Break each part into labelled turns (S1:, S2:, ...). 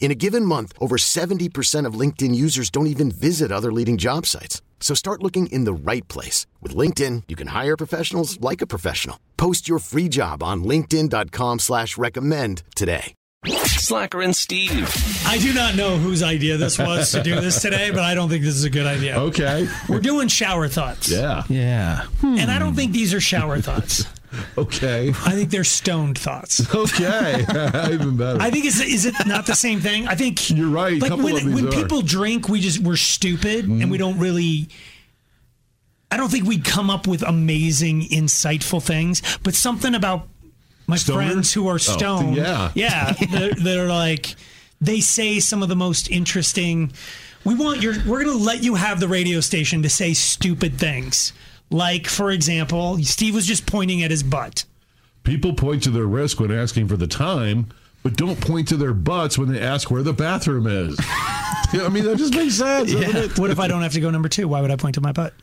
S1: In a given month, over 70% of LinkedIn users don't even visit other leading job sites. So start looking in the right place. With LinkedIn, you can hire professionals like a professional. Post your free job on linkedin.com slash recommend today.
S2: Slacker and Steve.
S3: I do not know whose idea this was to do this today, but I don't think this is a good idea.
S4: Okay.
S3: We're doing shower thoughts.
S4: Yeah.
S5: Yeah.
S3: And I don't think these are shower thoughts.
S4: Okay.
S3: I think they're stoned thoughts.
S4: Okay. Even better.
S3: I think it's is it not the same thing? I think
S4: You're right, a
S3: Like
S4: couple
S3: when,
S4: of these
S3: when
S4: are. Mm-hmm.
S3: people drink, we just we're stupid and we don't really. I don't think we come up with amazing, insightful things, but something about my friends who are stoned,
S4: Oh, yeah.
S3: yeah, they're, they're like they say some of the most interesting. We want your. We're gonna let you have the radio station to say stupid things. Like, for example, Steve was just pointing at his butt.
S4: People point to their risk when asking for the time, but don't point to their butts when they ask where the bathroom is. Yeah, I mean, that just makes sense. doesn't it?
S3: What if I don't have to go number two? Why would I point to my butt?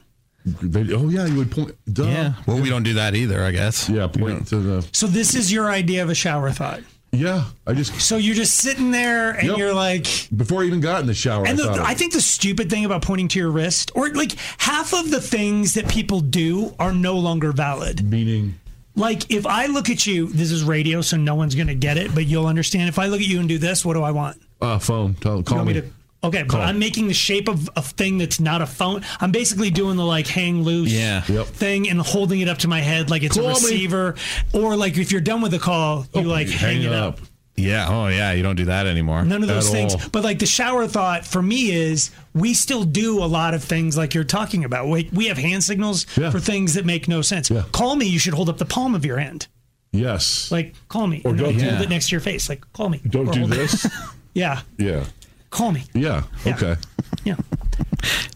S4: They- oh, yeah, you would point. Duh.
S5: Yeah.
S4: Yeah.
S5: Well, we don't do that either, I guess.
S4: point to the.
S3: So this is your idea of a shower thought.
S4: Yeah, I just.
S3: So you're just sitting there and
S4: Yep.
S3: you're like,
S4: Before I even got in the shower,
S3: and
S4: I,
S3: the,
S4: thought of
S3: I
S4: it.
S3: think the stupid thing about pointing to your wrist, or like half of the things that people do are no longer valid.
S4: meaning.
S3: Like if I look at you, this is radio, so no one's gonna get it, but you'll understand. If I look at you and do this, what do I want? You
S4: Uh, phone. Tell, call
S3: want
S4: me.
S3: me to? Okay, but I'm making the shape of a thing that's not a phone. I'm basically doing the like hang loose
S5: Yeah.
S4: Yep.
S3: thing and holding it up to my head like it's
S4: Call
S3: a
S4: me.
S3: receiver, or like if you're done with the call, you like hang, it up.
S5: Yeah. Oh, yeah. You don't do that anymore.
S3: None of those
S4: at
S3: things.
S4: all.
S3: But like the shower thought for me is we still do a lot of things like you're talking about. We, we have hand signals
S4: Yeah.
S3: for things that make no sense.
S4: Yeah.
S3: Call me, you should hold up the palm of your hand.
S4: Yes.
S3: Like, call me.
S4: Or
S3: And
S4: don't
S3: like,
S4: do-
S3: hold it next to your face. Like, call me.
S4: don't
S3: Or
S4: do
S3: hold it-
S4: this.
S3: Yeah.
S4: yeah.
S3: Call me.
S4: Yeah.
S3: Yeah.
S4: Okay.
S3: Yeah.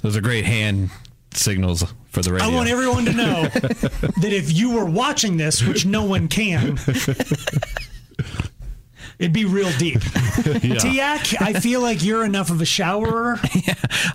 S5: Those are great hand signals for the radio.
S3: I want everyone to know that if you were watching this, which no one can, it'd be real deep. Tiak, I feel like you're enough of a showerer.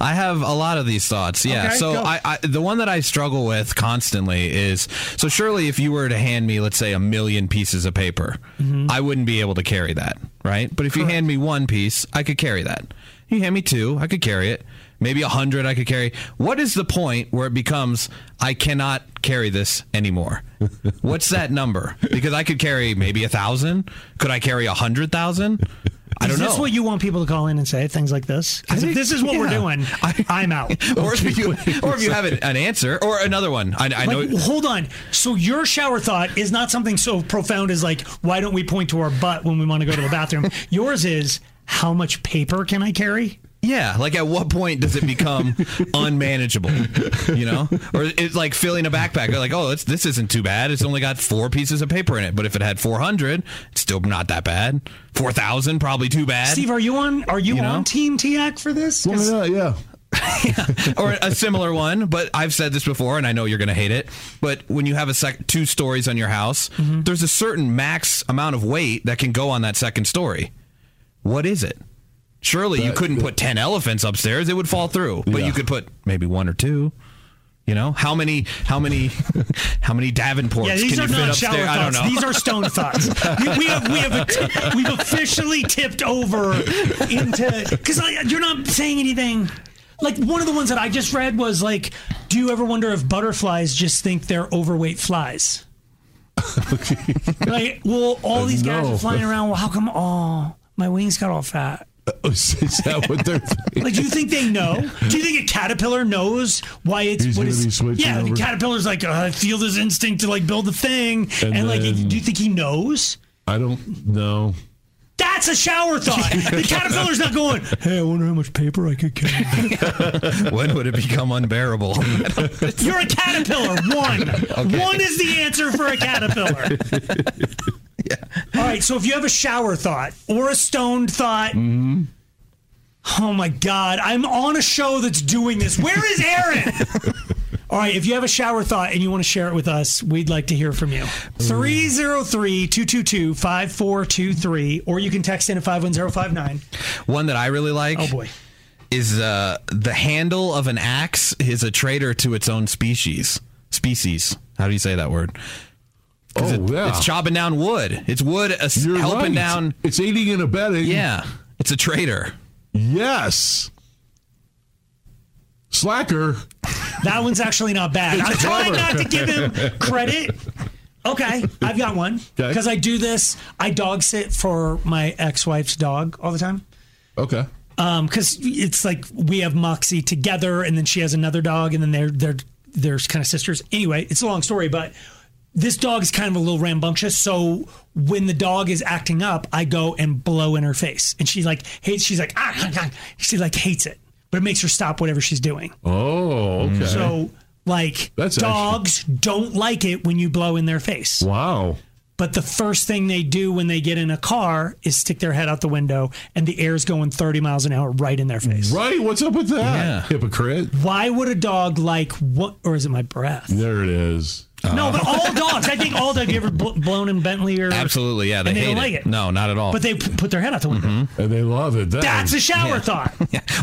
S5: I have a lot of these thoughts. Yeah.
S3: Okay,
S5: so
S3: go.
S5: I, I the one that I struggle with constantly is so surely if you were to hand me let's say a million pieces of paper,
S3: Mm-hmm.
S5: I wouldn't be able to carry that, right? But if you hand me one piece, I could carry that. You hand me two, I could carry it. Maybe a hundred I could carry. What is the point where it becomes I cannot carry this anymore? What's that number? Because I could carry maybe a thousand. Could I carry a hundred thousand? I don't
S3: is
S5: know.
S3: this what you want people to call in and say things like this? 'Cause
S5: I
S3: if
S5: think-
S3: this is what we're
S5: yeah.
S3: doing,
S5: I-
S3: I, am out.
S5: or if you, or if you have an, an answer, or another one. I, I know.
S3: Like, hold on. So your shower thought is not something so profound as like, why don't we point to our butt when we want to go to the bathroom? Yours is, how much paper can I carry?
S5: yeah, like at what point does it become unmanageable? You know, or it's like filling a backpack. You're like, oh, it's, this isn't too bad. It's only got four pieces of paper in it. But if it had four hundred, it's still not that bad. Four thousand, probably too bad.
S3: Steve, are you on? Are you,
S5: You know?
S3: on Team TAC for this?
S4: Why
S3: 'Cause
S4: not? Yeah.
S5: or a similar one, but I've said this before, and I know you're going to hate it. But when you have a sec- two stories on your house,
S3: Mm-hmm.
S5: there's a certain max amount of weight that can go on that second story. What is it? Surely you couldn't put ten elephants upstairs; it would fall through. But
S4: Yeah.
S5: you could put maybe one or two. You know how many, how many, how many Davenports
S3: Yeah, these
S5: can
S3: are
S5: you fit
S3: not
S5: upstairs?
S3: shower
S5: I don't
S3: thoughts.
S5: know.
S3: These are stone thoughts. We, we have we have a t- we've officially tipped over into because you're not saying anything. Like one of the ones that I just read was like, do you ever wonder if butterflies just think they're overweight flies? like, well, all these guys
S4: No.
S5: Uh,
S3: are flying around. Well, how come all my wings got all fat?
S4: Is that what they're thinking?
S3: Like, do you think they know? Do you think a caterpillar knows why it's
S4: He's
S3: what
S4: gonna
S3: it's-
S4: be switching
S3: Yeah,
S4: over.
S3: the caterpillar's like, uh, I feel this instinct to like build the thing, and,
S4: And
S3: like,
S4: then-
S3: do you think he knows?
S4: I don't know.
S3: That's a shower thought. the caterpillar's not going. Hey, I wonder how much paper I could carry.
S5: when would it become unbearable?
S3: You're a caterpillar. One. One is the answer for a caterpillar. All right. So if you have a shower thought or a stoned thought, oh my God, I'm on a show that's doing this. Where is Aaron? All right, if you have a shower thought and you want to share it with us, we'd like to hear from you. 303 222 5423, or you can text in at 51059.
S5: One that I really like.
S3: Oh boy.
S5: is uh, the handle of an axe is a traitor to its own species. Species. How do you say that word? 'Cause
S4: Oh,
S5: it-
S4: yeah.
S5: It's chopping down wood. It's wood as-
S4: You're
S5: helping
S4: right.
S5: down.
S4: It's aiding and abetting.
S5: Yeah, it's a traitor.
S4: Yes. Slacker.
S3: That one's actually not bad. I'm trying not to give him credit. Okay, I've got one
S4: Okay.
S3: because I do this. I dog sit for my ex-wife's dog all the time
S4: Okay.
S3: because it's like we have Moxie together, and then she has another dog, and then they're they're they're kind of sisters. Anyway, it's a long story, but this dog is kind of a little rambunctious. So when the dog is acting up, I go and blow in her face, and she like hates. She's like ah, ah, ah." she like hates it, but it makes her stop whatever she's doing.
S4: Oh, okay.
S3: So, like,
S4: That's
S3: dogs don't like it when you blow in their face.
S4: wow.
S3: But the first thing they do when they get in a car is stick their head out the window, and the air's going 30 miles an hour right in their face.
S4: Right. What's up with that?
S5: Yeah.
S4: Hypocrite.
S3: Why would a dog like what? Or is it my breath?
S4: There it is.
S3: No, but all dogs. I think all dogs. Have you ever bl- blown in Bentley or?
S5: Absolutely. Yeah, they,
S3: And they
S5: hate
S3: don't like
S5: it.
S3: it.
S5: No, not at all.
S3: But they p- put their head out the window.
S4: And they love it. Then.
S3: That's a shower thought.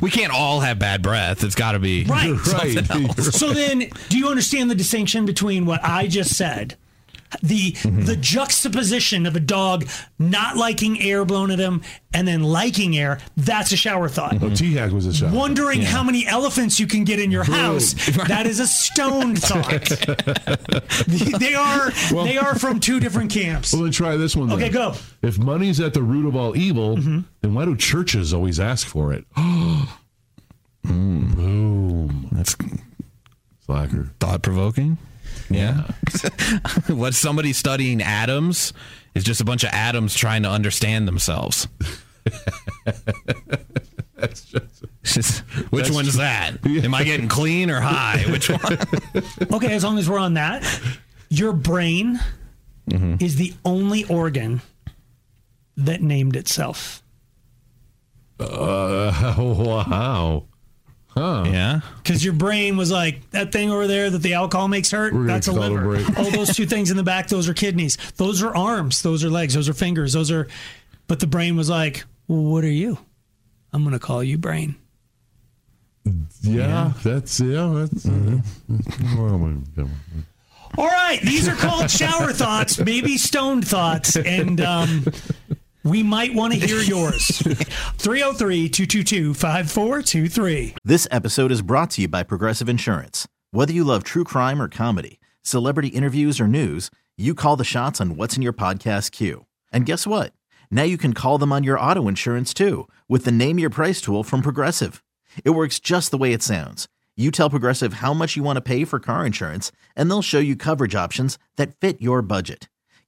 S5: we can't all have bad breath. It's got to be
S3: Right.
S4: right.
S3: So then, do you understand the distinction between what I just said, the
S4: Mm-hmm.
S3: the juxtaposition of a dog not liking air blown at him and then liking air? That's a shower thought.
S4: T Hack was a shot.
S3: Wondering how many elephants you can get in your house. That is a stoned thought. they are they are from two different camps.
S4: Well, then try this one.
S3: Okay,
S4: then.
S3: go.
S4: If money's at the root of all evil, then why do churches always ask for it? Boom.
S5: That's
S4: Slacker.
S5: thought provoking. Yeah. what somebody studying atoms is just a bunch of atoms trying to understand themselves. It's just- which one's that? Am I getting clean or high? Which one?
S3: Okay, as long as we're on that, your brain
S4: Mm-hmm.
S3: is the only organ that named itself.
S4: Oh, wow.
S5: Yeah.
S3: because your brain was like that thing over there that the alcohol makes hurt.
S4: gonna
S3: That's a
S4: call it a
S3: liver.
S4: break.
S3: All those two things in the back, those are kidneys. Those are arms. Those are legs. Those are fingers. Those are. But the brain was like, well, "What are you? I'm gonna call you brain."
S4: Yeah, that's, yeah, that's. uh,
S3: Mm-hmm.
S4: well, my-
S3: All right, these are called shower thoughts, maybe stoned thoughts, and um, we might want to hear yours. 303 222 5423.
S6: This episode is brought to you by Progressive Insurance. Whether you love true crime or comedy, celebrity interviews or news, you call the shots on what's in your podcast queue. And guess what? Now you can call them on your auto insurance too with the Name Your Price tool from Progressive. It works just the way it sounds. You tell Progressive how much you want to pay for car insurance, and they'll show you coverage options that fit your budget.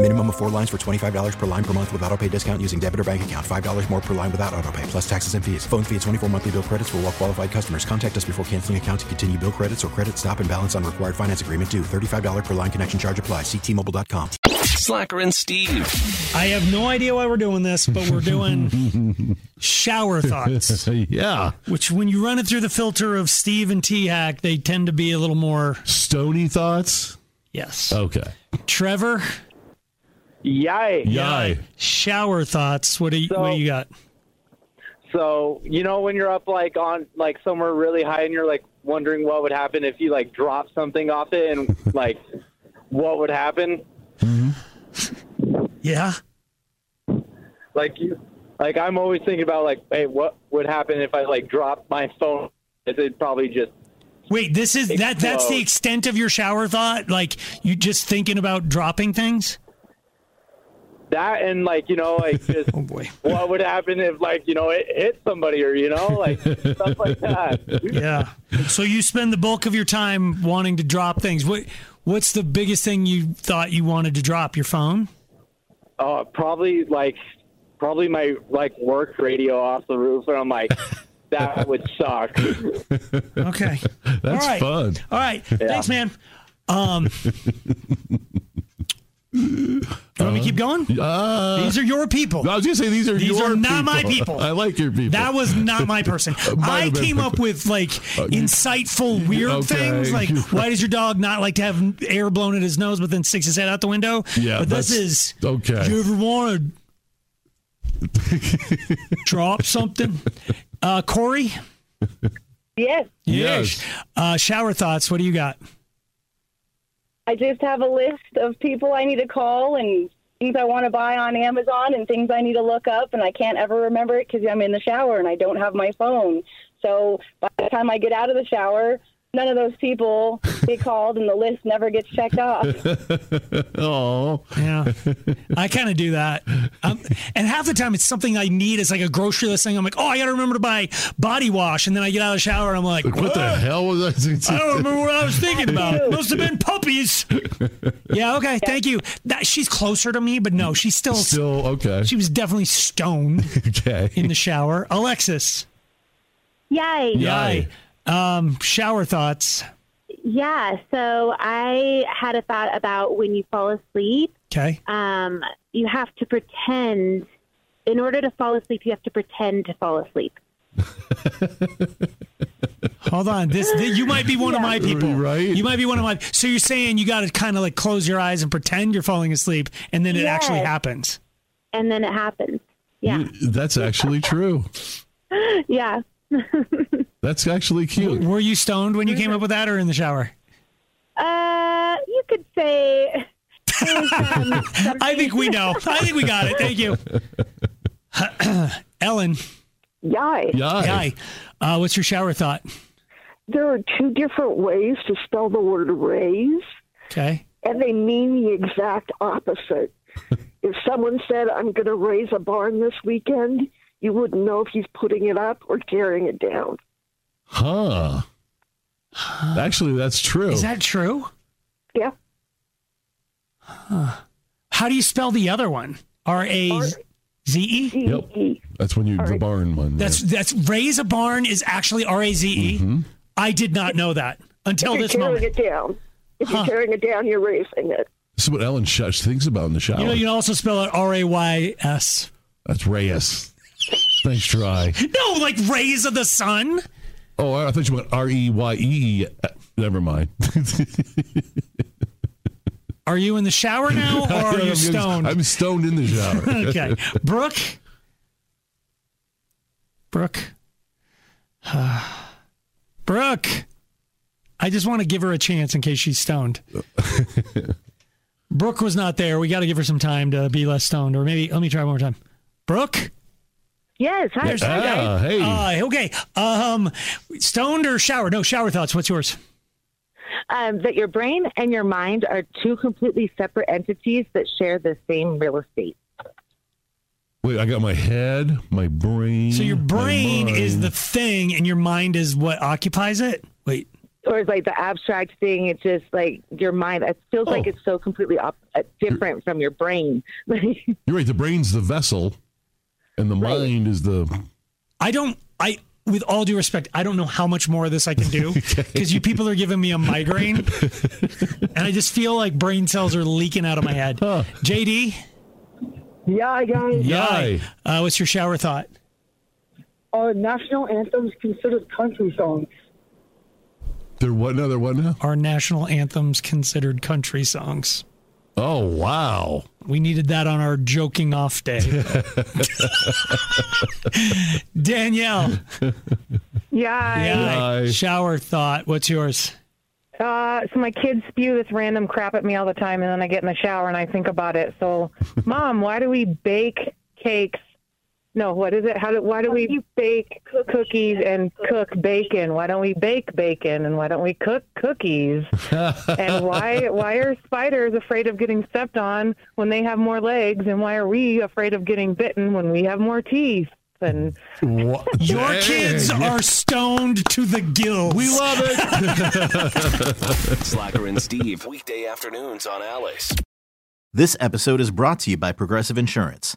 S7: Minimum of four lines for $25 per line per month with auto pay discount using debit or bank account. $5 more per line without auto pay, plus taxes and fees. Phone fee at 24 monthly bill credits for all well qualified customers. Contact us before canceling account to continue bill credits or credit stop and balance on required finance agreement due. $35 per line connection charge apply. Ctmobile.com.
S2: Slacker and Steve.
S3: I have no idea why we're doing this, but we're doing shower thoughts.
S4: yeah.
S3: Which, when you run it through the filter of Steve and T Hack, they tend to be a little more.
S4: Stony thoughts?
S3: Yes.
S4: Okay.
S3: Trevor, uh,
S8: Yay.
S4: Yay.
S3: shower thoughts. What do you, what do you got?
S8: So, you know when you're up like on like somewhere really high and you're like wondering what would happen if you like drop something off it and like what would happen?
S3: Yeah.
S8: Like you like I'm always thinking about like hey, what would happen if I like dropped my phone? It'd probably just
S3: Wait, this is that. That's the
S8: Explode.
S3: extent of your shower thought. Like you just thinking about dropping things.
S8: that and like you know like just oh boy. what would happen if like you know it hit somebody or you know like stuff like that.
S3: Yeah. so you spend the bulk of your time wanting to drop things. What What's the biggest thing you thought you wanted to drop? Your phone?
S8: Oh, probably like probably my like work radio off the roof, and I'm like, that would suck.
S3: Okay.
S4: That's
S3: All right.
S4: fun.
S3: All right. Thanks, man. Um. You want me to keep going?
S4: Uh,
S3: These are your people.
S4: I was going to say these are
S3: These
S4: your
S3: are not my people.
S4: I like your people.
S3: That was not my person.
S4: Might
S3: I
S4: have been. Uh,
S3: came up with like insightful, weird
S4: Okay.
S3: things. Like, why does your dog not like to have air blown at his nose, but then sticks his head out the window?
S4: Yeah,
S3: But this
S4: that's-
S3: is
S4: okay.
S3: You ever want to drop something? Uh, Corey,
S9: Yes,
S4: Yes.
S3: uh, shower thoughts. What do you got?
S9: I just have a list of people I need to call and things I want to buy on Amazon and things I need to look up, and I can't ever remember it because I'm in the shower and I don't have my phone. So by the time I get out of the shower, none of those people get called, and the list never gets checked off.
S4: Oh.
S3: Yeah, I kind of do that. Um, and half the time, it's something I need. It's like a grocery list thing. I'm like, oh, I got to remember to buy body wash, and then I get out of the shower and I'm like,
S4: Like, what the hell was I?
S3: I don't remember what I was thinking about. Must have been puppies. Yeah, okay, thank you. That, she's closer to me, but no, she's still,
S4: Still, okay.
S3: she was definitely stoned
S4: Okay.
S3: in the shower. Alexis,
S10: Yay.
S3: yay. Um, shower thoughts.
S10: Yeah. So I had a thought about when you fall asleep,
S3: Okay.
S10: um, you have to pretend, in order to fall asleep, you have to pretend to fall asleep.
S3: Hold on. This, thi- you might be one of my people.
S4: Right.
S3: You might be one of my So you're saying you got to kind of like close your eyes and pretend you're falling asleep and then it actually
S10: Yes.
S3: happens.
S10: And then it happens. Yeah.
S4: That's actually true.
S10: yeah.
S4: That's actually cute.
S3: Were you stoned when you came up with that or in the shower?
S10: Uh, you could say.
S3: I think we know. I think we got it. Thank you. Ellen,
S11: Yay.
S4: Yeah.
S3: hi. Uh, what's your shower thought?
S11: There are two different ways to spell the word raise,
S3: Okay.
S11: and they mean the exact opposite. if someone said, I'm going to raise a barn this weekend, you wouldn't know if he's putting it up or tearing it down.
S4: Huh. Actually, that's true.
S3: Is that true?
S11: Yeah.
S3: How do you spell the other one? R A Z E?
S4: Yep. That's when you the barn one.
S3: That's that's raise a barn is actually R A Z E. I did not know that until
S11: if you're
S3: this
S11: tearing
S3: moment.
S11: it down. If you're tearing it down, you're raising it.
S4: This is what Ellen Shush thinks about in the shower.
S3: You know, you can also spell it R A Y S.
S4: that's Reyes. Thanks, try.
S3: No, like rays of the sun.
S4: Oh, I I thought you went R E Y E. Uh, Never mind.
S3: Are you in the shower now or are you
S4: I'm-
S3: stoned?
S4: I'm stoned in the shower.
S3: okay. Brooke. Brooke. Brooke. I just want to give her a chance in case she's stoned. Brooke was not there. We got to give her some time to be less stoned, or maybe let me try one more time. Brooke.
S10: Yes. Hi.
S4: Ah, hey.
S3: Uh, okay. Um, stoned or shower? No, shower thoughts. What's yours?
S10: Um, that your brain and your mind are two completely separate entities that share the same real estate.
S4: Wait, I got my head, my brain.
S3: So your
S4: my
S3: brain is
S4: mind.
S3: the thing, and your mind is what occupies it. Wait,
S12: or like the abstract thing. It's just like your mind. It feels like it's so completely op- uh, different from your brain.
S4: You're right. The brain's the vessel, and the mind is the.
S3: I don't. I, with all due respect, I don't know how much more of this I can do because you people are giving me a migraine, and I just feel like brain cells are leaking out of my head. JD.
S13: Yeah, guys.
S3: Yeah. Uh, what's your shower thought?
S13: Are national anthems considered country songs?
S4: They're what now? They're what now?
S3: Are national anthems considered country songs?
S4: Oh wow!
S3: We needed that on our joking off day. Danielle.
S8: Yeah.
S3: Yeah. Shower thought. What's yours?
S8: Uh, so my kids spew this random crap at me all the time, and then I get in the shower and I think about it. So, mom, why do we bake cakes? No, what is it? How do why do we bake cookies and cook bacon? Why don't we bake bacon and why don't we cook cookies? and why why are spiders afraid of getting stepped on when they have more legs? And why are we afraid of getting bitten when we have more teeth? And
S3: Your kids are stoned to the gills. We
S4: love
S2: Slacker and Steve, weekday afternoons on Alice.
S6: This episode is brought to you by Progressive Insurance.